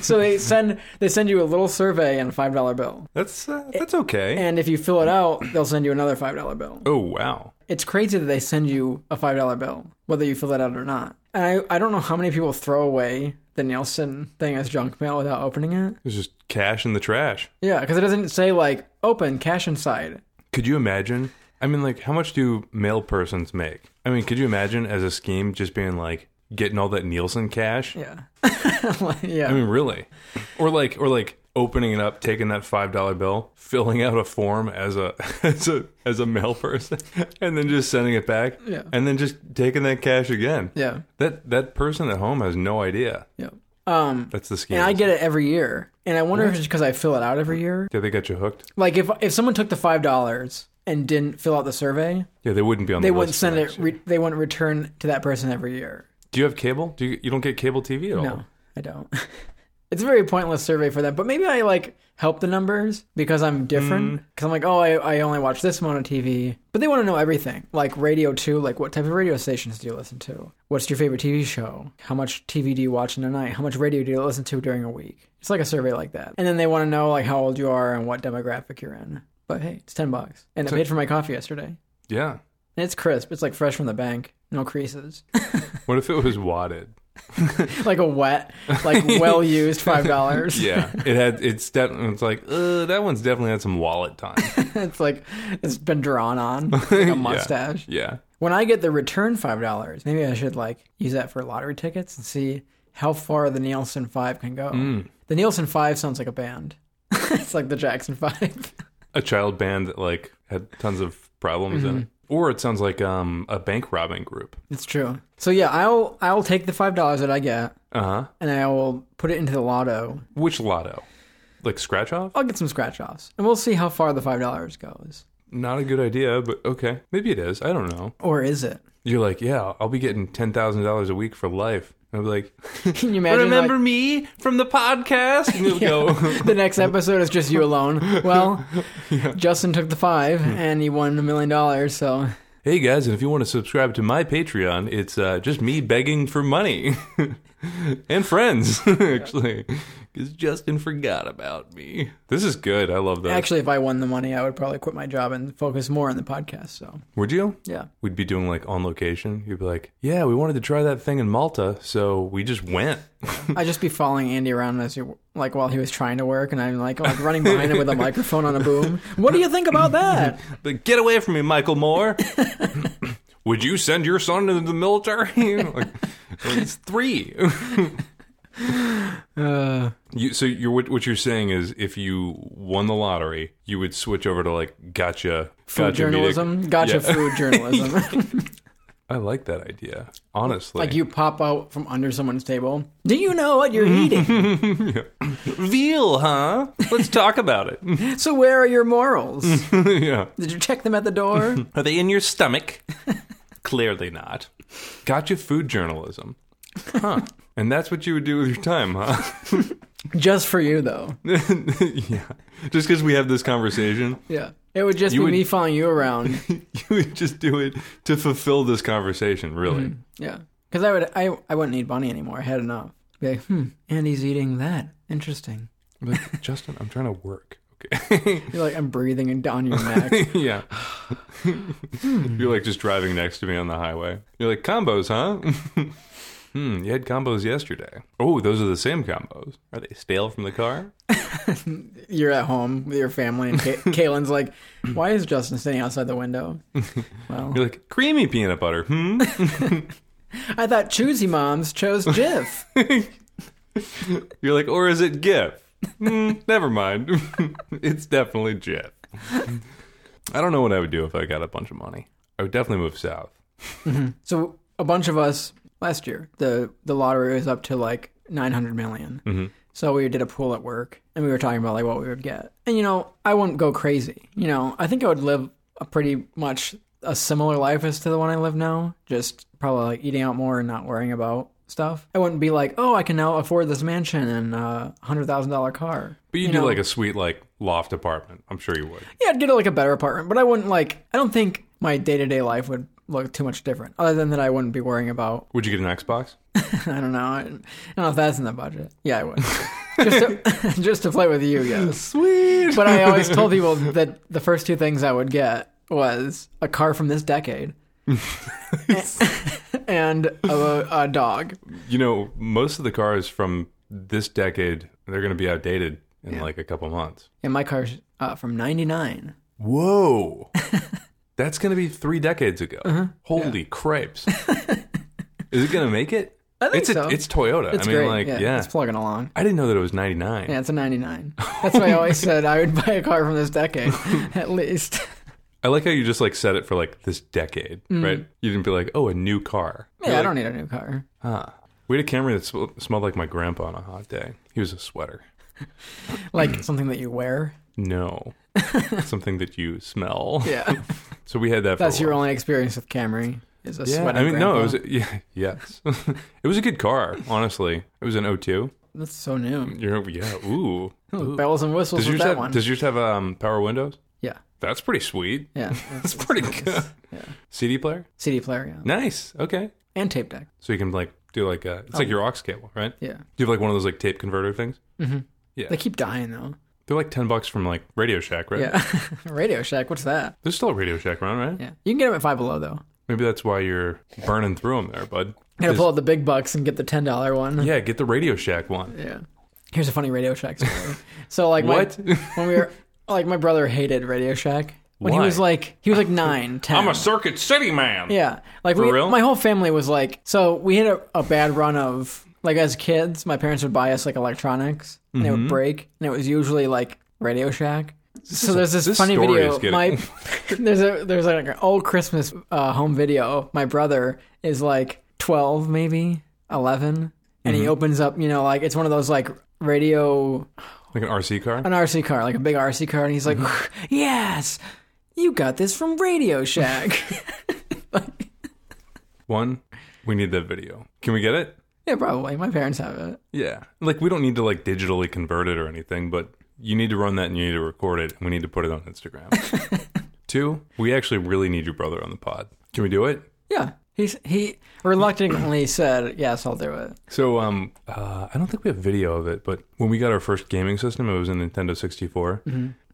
Speaker 1: so they send they send you a little survey and a five dollar bill,
Speaker 2: That's, uh, that's okay.
Speaker 1: and if you fill it out, they'll send you another five dollar bill.
Speaker 2: oh, wow.
Speaker 1: It's crazy that they send you a five dollar bill, whether you fill that out or not. And I I don't know how many people throw away the Nielsen thing as junk mail without opening it.
Speaker 2: It's just cash in the trash.
Speaker 1: Yeah, because it doesn't say like open cash inside.
Speaker 2: Could you imagine? I mean, like, how much do male persons make? I mean, could you imagine as a scheme just being like getting all that Nielsen cash?
Speaker 1: Yeah, <laughs> Like, yeah.
Speaker 2: I mean, really? Or like, or like opening it up, taking that five dollar bill, filling out a form as a <laughs> as a as a male person, <laughs> and then just sending it back,
Speaker 1: Yeah.
Speaker 2: and then just taking that cash again.
Speaker 1: yeah,
Speaker 2: That that person at home has no idea
Speaker 1: yeah. Um,
Speaker 2: that's the scheme.
Speaker 1: and I get it every year, and I wonder if it's because I fill it out every year.
Speaker 2: yeah, they got you hooked.
Speaker 1: Like if if someone took the five dollars and didn't fill out the survey,
Speaker 2: Yeah, they wouldn't be on.
Speaker 1: they
Speaker 2: the
Speaker 1: wouldn't
Speaker 2: list
Speaker 1: send
Speaker 2: for
Speaker 1: it.
Speaker 2: next year.
Speaker 1: Re- they wouldn't return to that person every year.
Speaker 2: Do you have cable? Do you? You don't get cable TV at all?
Speaker 1: No, I don't. <laughs> it's a very pointless survey for them. But maybe I like help the numbers because I'm different. Because I'm like, oh, I, I only watch this one on TV. But they want to know everything, like radio too. Like what type of radio stations do you listen to? What's your favorite TV show? How much TV do you watch in a night? How much radio do you listen to during a week? It's like a survey like that. And then they want to know like how old you are and what demographic you're in. But hey, it's ten bucks, and I paid for my coffee yesterday.
Speaker 2: Yeah.
Speaker 1: And it's crisp. It's like fresh from the bank. No creases. <laughs>
Speaker 2: What if it was wadded?
Speaker 1: like a wet, <laughs> like well used five dollars.
Speaker 2: Yeah, it had. It's def- It's like uh, that one's definitely had some wallet
Speaker 1: <laughs>
Speaker 2: time.
Speaker 1: it's like it's been drawn on like a mustache.
Speaker 2: yeah,
Speaker 1: When I get the return five dollars, maybe I should like use that for lottery tickets and see how far the Nielsen Five can go. The Nielsen Five sounds like a band. <laughs> it's like the Jackson Five. <laughs>
Speaker 2: a child band that like had tons of problems in it. Or it sounds like um a bank robbing group.
Speaker 1: it's true. So yeah, I'll I'll take the five dollars that I get
Speaker 2: Uh huh.
Speaker 1: and I will put it into the lotto.
Speaker 2: Which lotto? Like scratch off?
Speaker 1: I'll get some scratch offs and we'll see how far the five dollars goes.
Speaker 2: Not a good idea, but okay, maybe it is. I don't know.
Speaker 1: Or is it? <laughs>
Speaker 2: You're like, yeah, I'll be getting ten thousand dollars a week for life. And I'll be like,
Speaker 1: Can you imagine? like,
Speaker 2: remember me from the podcast? And you'll go,
Speaker 1: <laughs> the next episode is just you alone. Well, Justin took the five
Speaker 2: Hmm.
Speaker 1: and he won a million dollars, so
Speaker 2: <laughs> hey guys, and if you want to subscribe to my Patreon, it's uh, just me begging for money <laughs> and friends, <laughs> actually, because Justin forgot about me. This is good. I love this.
Speaker 1: actually, if I won the money, I would probably quit my job and focus more on the podcast. So
Speaker 2: Would you?
Speaker 1: yeah,
Speaker 2: we'd be doing like on location. You'd be like, "Yeah, we wanted to try that thing in Malta, so we just went." <laughs>
Speaker 1: I'd just be following Andy around as he like while he was trying to work, and I'm like like running behind him
Speaker 2: <laughs>
Speaker 1: with a microphone on a boom. What do you think about that?
Speaker 2: But get away from me, Michael Moore. <laughs> <laughs> Would you send your son into the military? like, it's three.
Speaker 1: Uh,
Speaker 2: <laughs> You, so you're what, what you're saying is if you won the lottery, you would switch over to like gotcha
Speaker 1: food
Speaker 2: gotcha media-
Speaker 1: journalism. Gotcha
Speaker 2: Yeah.
Speaker 1: food journalism.
Speaker 2: <laughs>
Speaker 1: <laughs>
Speaker 2: I like that idea. Honestly.
Speaker 1: like you pop out from under someone's table. Do you know what
Speaker 2: <laughs>
Speaker 1: you're eating?
Speaker 2: veal, huh? Let's talk about it. <laughs>
Speaker 1: so where are your morals?
Speaker 2: yeah.
Speaker 1: Did you check them at
Speaker 2: <laughs>
Speaker 1: the door?
Speaker 2: Are they in your stomach? <laughs> Clearly not. Gotcha food journalism. Huh. and that's what you would do with your time, huh? <laughs>
Speaker 1: just for you though.
Speaker 2: yeah. Just because we have this conversation, <laughs>
Speaker 1: Yeah. It would just
Speaker 2: You
Speaker 1: be
Speaker 2: would-
Speaker 1: me following
Speaker 2: <laughs>
Speaker 1: you around.
Speaker 2: you would just do it to fulfill this conversation, really.
Speaker 1: Yeah. Because I would I I wouldn't need Bunny anymore. I had enough. Be like, hmm, Andy's eating that. Interesting.
Speaker 2: But Justin, I'm trying to work. Okay. <laughs>
Speaker 1: You're like, I'm breathing down your neck.
Speaker 2: yeah. You're like just driving next to me on the highway. You're like, combos, huh? <laughs> hmm, you had combos yesterday. Oh, those are the same combos. Are they stale from the car?
Speaker 1: You're at home with your family,
Speaker 2: <laughs>
Speaker 1: and Ka- Kaylin's like, why is Justin standing outside the window? Well,
Speaker 2: You're like, creamy peanut butter, hmm?
Speaker 1: I thought choosy moms chose Jif.
Speaker 2: You're like, or is it GIF? Hmm, never mind. <laughs> it's definitely GIF. <laughs> I don't know what I would do if I got a bunch of money. I would definitely move south.
Speaker 1: So a bunch of us last year, the the lottery was up to like 900 million.
Speaker 2: Mm-hmm.
Speaker 1: So we did a pool at work, and we were talking about like what we would get. And you know, I wouldn't go crazy. You know, I think I would live a pretty much a similar life as to the one I live now. Just probably like eating out more and not worrying about stuff. I wouldn't be like, oh, I can now afford this mansion and a hundred thousand dollar car.
Speaker 2: But you'd
Speaker 1: You
Speaker 2: do
Speaker 1: know-
Speaker 2: like a sweet, like, loft apartment. I'm sure you would.
Speaker 1: Yeah, I'd get like a better apartment, but I wouldn't like. I don't think my day to day life would look too much different, other than that I wouldn't be worrying about
Speaker 2: Would you get an Xbox?
Speaker 1: <laughs> I don't know. I I don't know if that's in the budget. Yeah,
Speaker 2: <laughs>
Speaker 1: I would. just, to, <laughs> just to play with you, yes.
Speaker 2: Sweet.
Speaker 1: But I always
Speaker 2: <laughs>
Speaker 1: told people that the first two things I would get was a car from this decade
Speaker 2: <laughs>
Speaker 1: and a, a dog.
Speaker 2: You know, most of the cars from this decade they're going to be outdated in like a couple months.
Speaker 1: And my car's uh, from '99.
Speaker 2: Whoa, <laughs> that's going to be three decades ago.
Speaker 1: Uh-huh.
Speaker 2: Holy cripes! <laughs> Is it going to make it?
Speaker 1: I think
Speaker 2: it's a-
Speaker 1: so.
Speaker 2: it's Toyota.
Speaker 1: It's
Speaker 2: I mean,
Speaker 1: great.
Speaker 2: like, yeah.
Speaker 1: yeah, it's plugging along.
Speaker 2: I didn't know that it was ninety nine.
Speaker 1: Yeah, it's
Speaker 2: <laughs>
Speaker 1: a '99. That's why I always said I would buy a car from this decade, at least.
Speaker 2: I like how you just like said it for like this decade,
Speaker 1: Mm.
Speaker 2: right? You didn't be like, oh, a new car.
Speaker 1: Yeah, I don't need a new car.
Speaker 2: Huh. We had a camera that sm- smelled like my grandpa on a hot day. He was a sweater.
Speaker 1: Like
Speaker 2: <clears throat>
Speaker 1: something that you wear. <laughs>
Speaker 2: No, something that you smell.
Speaker 1: Yeah,
Speaker 2: So we had that.
Speaker 1: that's
Speaker 2: for <laughs> a while.
Speaker 1: your only experience with Camry. Is a
Speaker 2: Yeah,
Speaker 1: sweaty
Speaker 2: I mean, no,
Speaker 1: grandpa.
Speaker 2: it was yeah, <laughs> yes, it was a good car. Honestly, it was an O2.
Speaker 1: That's so new.
Speaker 2: You're, yeah, ooh.
Speaker 1: <laughs>
Speaker 2: ooh.
Speaker 1: Bells and whistles
Speaker 2: Does
Speaker 1: with
Speaker 2: yours
Speaker 1: Oh, that
Speaker 2: have
Speaker 1: one.
Speaker 2: Does yours have um, power windows?
Speaker 1: yeah,
Speaker 2: That's pretty sweet.
Speaker 1: yeah.
Speaker 2: <laughs> That's
Speaker 1: <laughs>
Speaker 2: pretty good.
Speaker 1: yeah.
Speaker 2: CD player,
Speaker 1: CD player, yeah,
Speaker 2: nice. Okay,
Speaker 1: and tape deck.
Speaker 2: so you can like do like a,
Speaker 1: Oh.
Speaker 2: it's like your aux cable, right?
Speaker 1: Yeah,
Speaker 2: Do you have like one of those like tape converter things?
Speaker 1: they keep dying though.
Speaker 2: They're like ten bucks from like Radio Shack, right?
Speaker 1: Yeah, <laughs> Radio Shack. What's that?
Speaker 2: There's still a Radio Shack around, right?
Speaker 1: Yeah, you can get them at Five Below though.
Speaker 2: Maybe that's why you're burning through them there, bud.
Speaker 1: Gotta
Speaker 2: Is-
Speaker 1: pull out the big bucks and get the ten dollar one.
Speaker 2: yeah, get the Radio Shack one.
Speaker 1: Yeah. Here's a funny Radio
Speaker 2: <laughs>
Speaker 1: Shack story. so like my-
Speaker 2: What?
Speaker 1: when we were like my brother hated Radio Shack when
Speaker 2: Why?
Speaker 1: he was like he was like nine, 10.
Speaker 2: I'm a Circuit City man.
Speaker 1: Yeah, like we,
Speaker 2: real?
Speaker 1: my whole family was like. So we had a, a bad run of like as kids, my parents would buy us like electronics, and it would break, and it was usually like Radio Shack. So there's this,
Speaker 2: Mm-hmm. this
Speaker 1: funny
Speaker 2: story
Speaker 1: video.
Speaker 2: is getting- <laughs>
Speaker 1: My <laughs> there's a there's like an old Christmas uh, home video. My brother is like twelve, maybe eleven, and
Speaker 2: Mm-hmm.
Speaker 1: he opens up. You know, like it's one of those like radio
Speaker 2: Like an RC car.
Speaker 1: an RC car, like a big RC car, and he's like,
Speaker 2: Mm-hmm.
Speaker 1: "Yes, you got this from Radio Shack." <laughs>
Speaker 2: One, we need that video. Can we get it?
Speaker 1: yeah, probably. My parents have it.
Speaker 2: Yeah. Like we don't need to like digitally convert it or anything, but you need to run that and you need to record it and we need to put it on
Speaker 1: <laughs>
Speaker 2: Instagram. Two, we actually really need your brother on the pod. Can we do it?
Speaker 1: Yeah, he's he reluctantly <clears throat> said, "Yes, I'll do it."
Speaker 2: So um uh, I don't think we have video of it, but when we got our first gaming system, it was a Nintendo 64.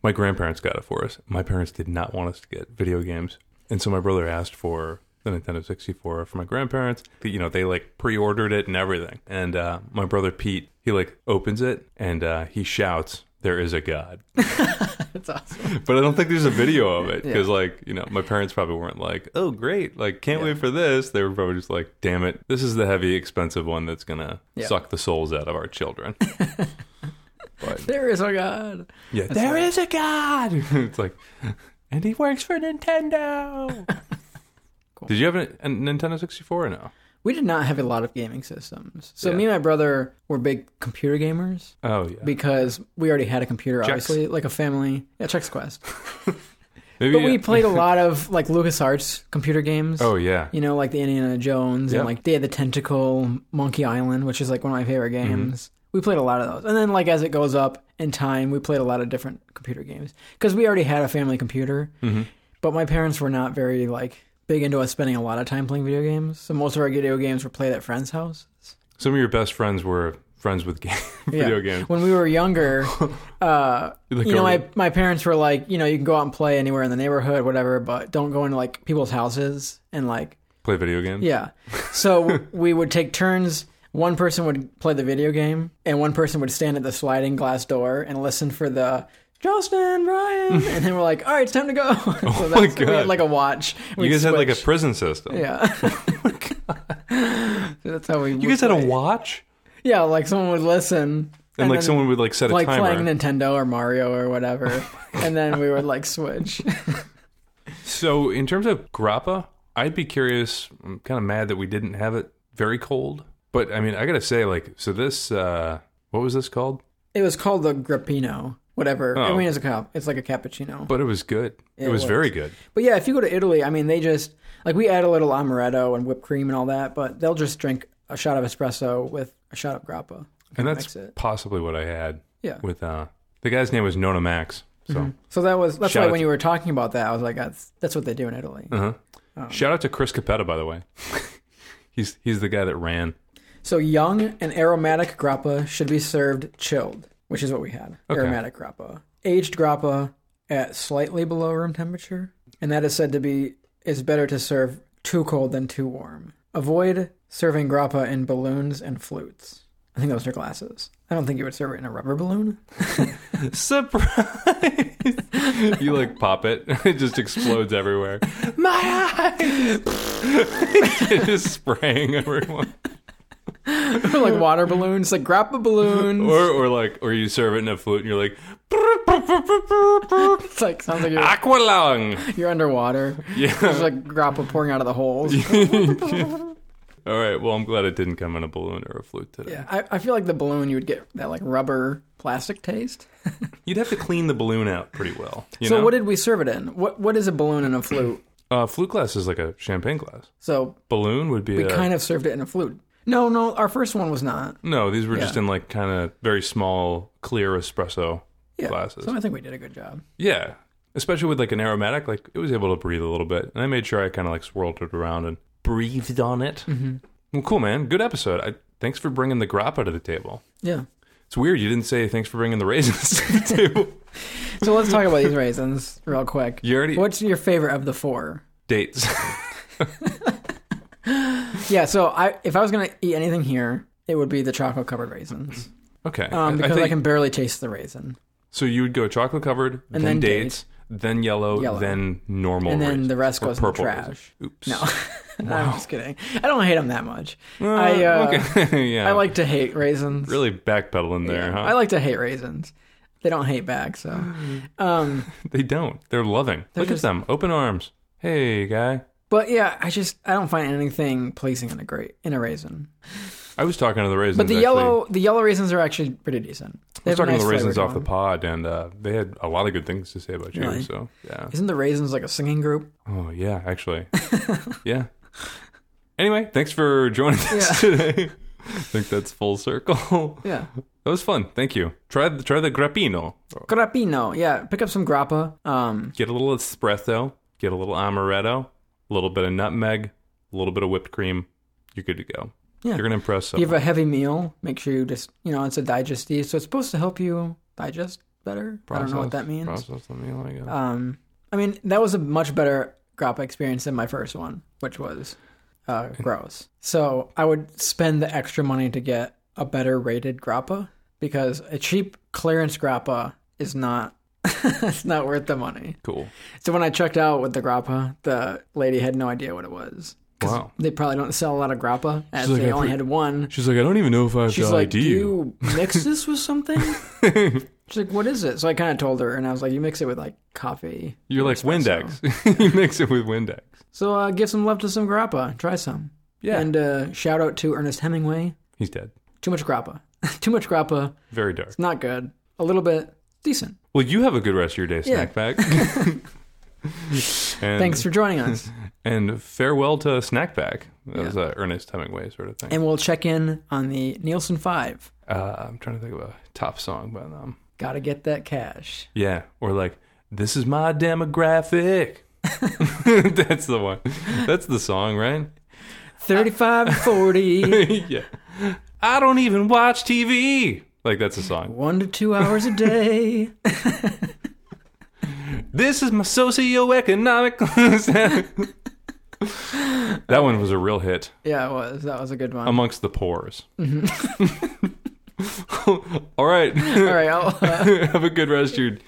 Speaker 2: My grandparents got it for us. My parents did not want us to get video games. And so my brother asked for the Nintendo 64 for my grandparents. You know, they like pre-ordered it and everything. And uh, my brother Pete, he like opens it and uh, he shouts there is a God.
Speaker 1: <laughs> That's awesome.
Speaker 2: But I don't think there's a video of it because, like, you know, my parents probably weren't like, oh, great, like, can't wait for this. They were probably just like, damn it, this is the heavy, expensive one that's going to
Speaker 1: Yeah.
Speaker 2: suck the souls out of our
Speaker 1: <laughs>
Speaker 2: children. but
Speaker 1: There is a god.
Speaker 2: yeah, there is a God. <laughs> it's like, and he works for Nintendo.
Speaker 1: Cool.
Speaker 2: Did you have a, a Nintendo 64 or no?
Speaker 1: We did not have a lot of gaming systems. So
Speaker 2: Yeah.
Speaker 1: me and my brother were big computer gamers
Speaker 2: Oh, yeah.
Speaker 1: because we already had a computer,
Speaker 2: Chex.
Speaker 1: obviously, like a family. Yeah, Chex Quest.
Speaker 2: Oh, Maybe,
Speaker 1: But we played
Speaker 2: <laughs>
Speaker 1: a lot of like LucasArts computer games.
Speaker 2: oh, yeah.
Speaker 1: You know, like the Indiana Jones
Speaker 2: Yeah.
Speaker 1: and like Day of the Tentacle, Monkey Island, which is like one of my favorite
Speaker 2: Mm-hmm.
Speaker 1: games. We played a lot of those. And then like as it goes up in time, we played a lot of different computer games because we already had a family computer.
Speaker 2: Mm-hmm.
Speaker 1: But my parents were not very like big into us spending a lot of time playing video games. So most of our video games were played at friends' houses.
Speaker 2: Some of your best friends were friends with <laughs> game,
Speaker 1: Yeah.
Speaker 2: video games.
Speaker 1: When we
Speaker 2: <laughs>
Speaker 1: were younger, uh,
Speaker 2: Like
Speaker 1: you know,
Speaker 2: over-
Speaker 1: my, my parents were like, you know, you can go out and play anywhere in the neighborhood, whatever, but don't go into like people's houses and like
Speaker 2: Play video games.
Speaker 1: Yeah. So <laughs> we would take turns. One person would play the video game, and one person would stand at the sliding glass door and listen for the
Speaker 2: <laughs>
Speaker 1: Justin Ryan. And then we're like, all right, it's time to go. <laughs> so
Speaker 2: Oh my
Speaker 1: We
Speaker 2: God.
Speaker 1: had like a watch.
Speaker 2: You
Speaker 1: We'd
Speaker 2: guys had like a
Speaker 1: switch.
Speaker 2: prison system. <laughs>
Speaker 1: yeah. <laughs> So that's how we.
Speaker 2: You guys had a watch,
Speaker 1: yeah, like someone would listen.
Speaker 2: and, like
Speaker 1: then,
Speaker 2: someone would like set a
Speaker 1: like
Speaker 2: timer.
Speaker 1: playing Nintendo or Mario
Speaker 2: <laughs>
Speaker 1: or whatever,
Speaker 2: Oh
Speaker 1: and then we would like switch.
Speaker 2: so in terms of grappa, I'd be curious. I'm kind of mad that we didn't have it very cold. But I mean, I gotta say, like, so this, uh what was this called?
Speaker 1: It was called the Grappino, whatever.
Speaker 2: Oh.
Speaker 1: I mean, it's a cop. It's like a cappuccino.
Speaker 2: But it was good. It,
Speaker 1: It
Speaker 2: was,
Speaker 1: was.
Speaker 2: very good.
Speaker 1: But yeah, if you go to Italy, I mean, they just like we add a little amaretto and whipped cream and all that, but they'll just drink a shot of espresso with a shot of grappa.
Speaker 2: And that's
Speaker 1: Mix it.
Speaker 2: possibly what I had
Speaker 1: Yeah. Mm-hmm.
Speaker 2: with uh the guy's name was Nona Max. So
Speaker 1: So that was that's
Speaker 2: Shout out
Speaker 1: why when you were talking about that, I was like, that's that's what they do in Italy.
Speaker 2: uh-huh.
Speaker 1: Oh.
Speaker 2: shout out to Chris Capetta, by the way. <laughs> he's he's the guy that ran.
Speaker 1: So young and aromatic grappa should be served chilled, which is what we had. Aromatic grappa, aged grappa at slightly below room temperature, and that is said to be is better to serve too cold than too warm. Avoid serving grappa in balloons and flutes. I think those are glasses. I don't think you would serve it in a rubber balloon.
Speaker 2: Surprise! you like pop it, <laughs> it just explodes everywhere. My
Speaker 1: <laughs>
Speaker 2: eyes! it is spraying everyone.
Speaker 1: like water balloons, like grappa balloons.
Speaker 2: Or, or like, or you serve it in a flute and you're like,
Speaker 1: It's like sounds like you're,
Speaker 2: aqua lung.
Speaker 1: you're underwater. There's
Speaker 2: Yeah.
Speaker 1: like grappa pouring out of the holes.
Speaker 2: All right. Well, I'm glad it didn't come in a balloon or a flute today.
Speaker 1: Yeah, I, I feel like the balloon you would get that like rubber plastic taste.
Speaker 2: You'd have to clean the balloon out pretty well. You
Speaker 1: so
Speaker 2: know?
Speaker 1: what did we serve it in? What what is a balloon and a
Speaker 2: <clears throat>
Speaker 1: flute?
Speaker 2: uh, flute glass is like a champagne glass.
Speaker 1: So
Speaker 2: Balloon would be
Speaker 1: we
Speaker 2: a,
Speaker 1: kind of served it in a flute. No, no, our first one was not.
Speaker 2: no. These were just
Speaker 1: Yeah.
Speaker 2: in like kind of very small clear espresso
Speaker 1: Yeah.
Speaker 2: glasses.
Speaker 1: So I think we did a good job.
Speaker 2: Yeah. Especially with like an aromatic, like it was able to breathe a little bit. And I made sure I kind of like swirled it around and breathed on it. Mm-hmm. Well, cool, man. Good episode. I, thanks for bringing the grappa to the table.
Speaker 1: Yeah.
Speaker 2: It's weird. You didn't say thanks for bringing the raisins to the table.
Speaker 1: <laughs> So let's talk about these raisins real
Speaker 2: <laughs>
Speaker 1: quick.
Speaker 2: You already
Speaker 1: What's your favorite of the four?
Speaker 2: dates. <laughs>
Speaker 1: Yeah. So I if I was gonna eat anything here, it would be the chocolate covered raisins.
Speaker 2: okay.
Speaker 1: Um, because I,
Speaker 2: think, <laughs>
Speaker 1: can barely taste the raisin, <laughs>
Speaker 2: so you would go chocolate covered, then,
Speaker 1: then
Speaker 2: dates, then yellow,
Speaker 1: Yellow.
Speaker 2: then normal.
Speaker 1: and then
Speaker 2: raisin.
Speaker 1: the rest
Speaker 2: Or
Speaker 1: goes in the
Speaker 2: purple
Speaker 1: trash.
Speaker 2: raisin. Oops.
Speaker 1: No, I'm just kidding. I don't hate them that much.
Speaker 2: <laughs> Uh,
Speaker 1: I uh,
Speaker 2: okay. <laughs> yeah.
Speaker 1: I like to hate raisins.
Speaker 2: really backpedaling there,
Speaker 1: Yeah.
Speaker 2: huh?
Speaker 1: I like to hate raisins. They don't hate back, so um
Speaker 2: they don't. They're loving. Look
Speaker 1: just-
Speaker 2: at them. Open arms. Hey, guy.
Speaker 1: but yeah, I just I don't find anything pleasing in a great in a raisin.
Speaker 2: I was talking to the raisins.
Speaker 1: But the
Speaker 2: actually.
Speaker 1: yellow the yellow raisins are actually pretty decent. They
Speaker 2: I was
Speaker 1: have a
Speaker 2: talking to
Speaker 1: nice
Speaker 2: the raisins
Speaker 1: flavor
Speaker 2: off the
Speaker 1: going.
Speaker 2: pod, and uh, they had a lot of good things to say about you.
Speaker 1: Really?
Speaker 2: So yeah.
Speaker 1: Isn't the raisins like a singing group?
Speaker 2: Oh yeah,
Speaker 1: <laughs>
Speaker 2: actually, yeah. Anyway, thanks for joining us today. <laughs> I think that's full circle.
Speaker 1: Yeah.
Speaker 2: that was fun. Thank you. Try the, try the grappino.
Speaker 1: Grappino, yeah. Pick up some grappa. Um
Speaker 2: Get a little espresso. Get a little amaretto. A little bit of nutmeg. A little bit of whipped cream. You're good to go.
Speaker 1: Yeah.
Speaker 2: You're gonna impress
Speaker 1: if you
Speaker 2: someone.
Speaker 1: have a heavy meal, make sure you just you know, it's a digestive, so it's supposed to help you digest better. I don't know what
Speaker 2: Process-
Speaker 1: that means.
Speaker 2: Process the meal, I guess.
Speaker 1: Um, I mean, that was a much better grappa experience than my first one, which was uh, gross. So I would spend the extra money to get a better rated grappa because a cheap clearance grappa is not <laughs> it's not worth the money.
Speaker 2: Cool.
Speaker 1: So when I checked out with the grappa, the lady had no idea what it was. 'Cause
Speaker 2: Wow.
Speaker 1: They probably don't sell a lot of grappa, as
Speaker 2: She's like,
Speaker 1: they
Speaker 2: I
Speaker 1: only
Speaker 2: put-
Speaker 1: had one.
Speaker 2: She's like, I don't even know if I have
Speaker 1: She's
Speaker 2: to
Speaker 1: like,
Speaker 2: ID
Speaker 1: "Do
Speaker 2: you.
Speaker 1: you mix this
Speaker 2: <laughs>
Speaker 1: with something?" She's like, "What is it?" So I kind of told her, and I was like, "You mix it with like coffee."
Speaker 2: You're
Speaker 1: or
Speaker 2: like
Speaker 1: espresso."
Speaker 2: <laughs> Windex. you mix it with Windex.
Speaker 1: So uh, give some love to some grappa. Try some.
Speaker 2: Yeah.
Speaker 1: And uh, shout out to Ernest Hemingway.
Speaker 2: He's dead.
Speaker 1: Too much grappa. <laughs> Too much grappa.
Speaker 2: Very dark.
Speaker 1: It's not good. A little bit decent.
Speaker 2: Well, you have a good rest of your day,
Speaker 1: Yeah.
Speaker 2: snack pack. and,
Speaker 1: <laughs> Thanks for joining us.
Speaker 2: and farewell to snack pack. That was uh, Ernest Hemingway sort of thing.
Speaker 1: and we'll check in on the Nielsen Five.
Speaker 2: uh, I'm trying to think of a top song by them.
Speaker 1: Gotta get that cash.
Speaker 2: Yeah, or like this is my demographic. <laughs> That's the one. That's the song, right?
Speaker 1: 35 to 40,
Speaker 2: <laughs> yeah. I don't even watch TV. Like that's a song.
Speaker 1: one to two hours a day. <laughs>
Speaker 2: This is my socioeconomic. <laughs> status. that one was a real hit
Speaker 1: Yeah, it was. That was a good one.
Speaker 2: amongst the poors. <laughs> All right. <laughs>
Speaker 1: All right. I'll, uh,
Speaker 2: Have a good rest of your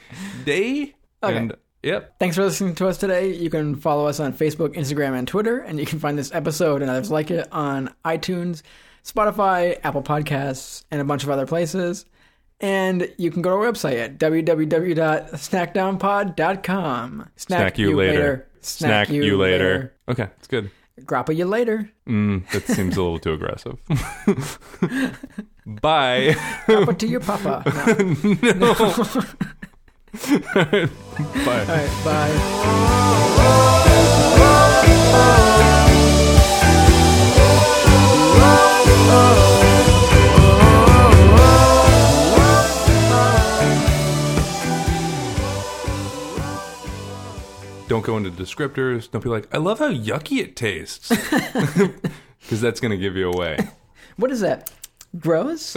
Speaker 2: day.
Speaker 1: Okay.
Speaker 2: And yep.
Speaker 1: thanks for listening to us today. You can follow us on Facebook, Instagram, and Twitter. And you can find this episode and others like it on iTunes, Spotify, Apple Podcasts, and a bunch of other places. And you can go to our website at www.snackdownpod.com. Snack,
Speaker 2: Snack you later.
Speaker 1: Snack, you, later.
Speaker 2: Okay, it's good.
Speaker 1: Grappa you later.
Speaker 2: Mm, that seems a little too aggressive. <laughs> Bye.
Speaker 1: <laughs> Grappa to your papa. No.
Speaker 2: Bye.
Speaker 1: All right. Bye.
Speaker 2: Don't go into descriptors. Don't be like, I love how yucky it tastes. <laughs> Because that's going to give you away. <laughs>
Speaker 1: What is that? Gross?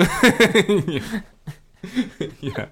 Speaker 2: Yeah.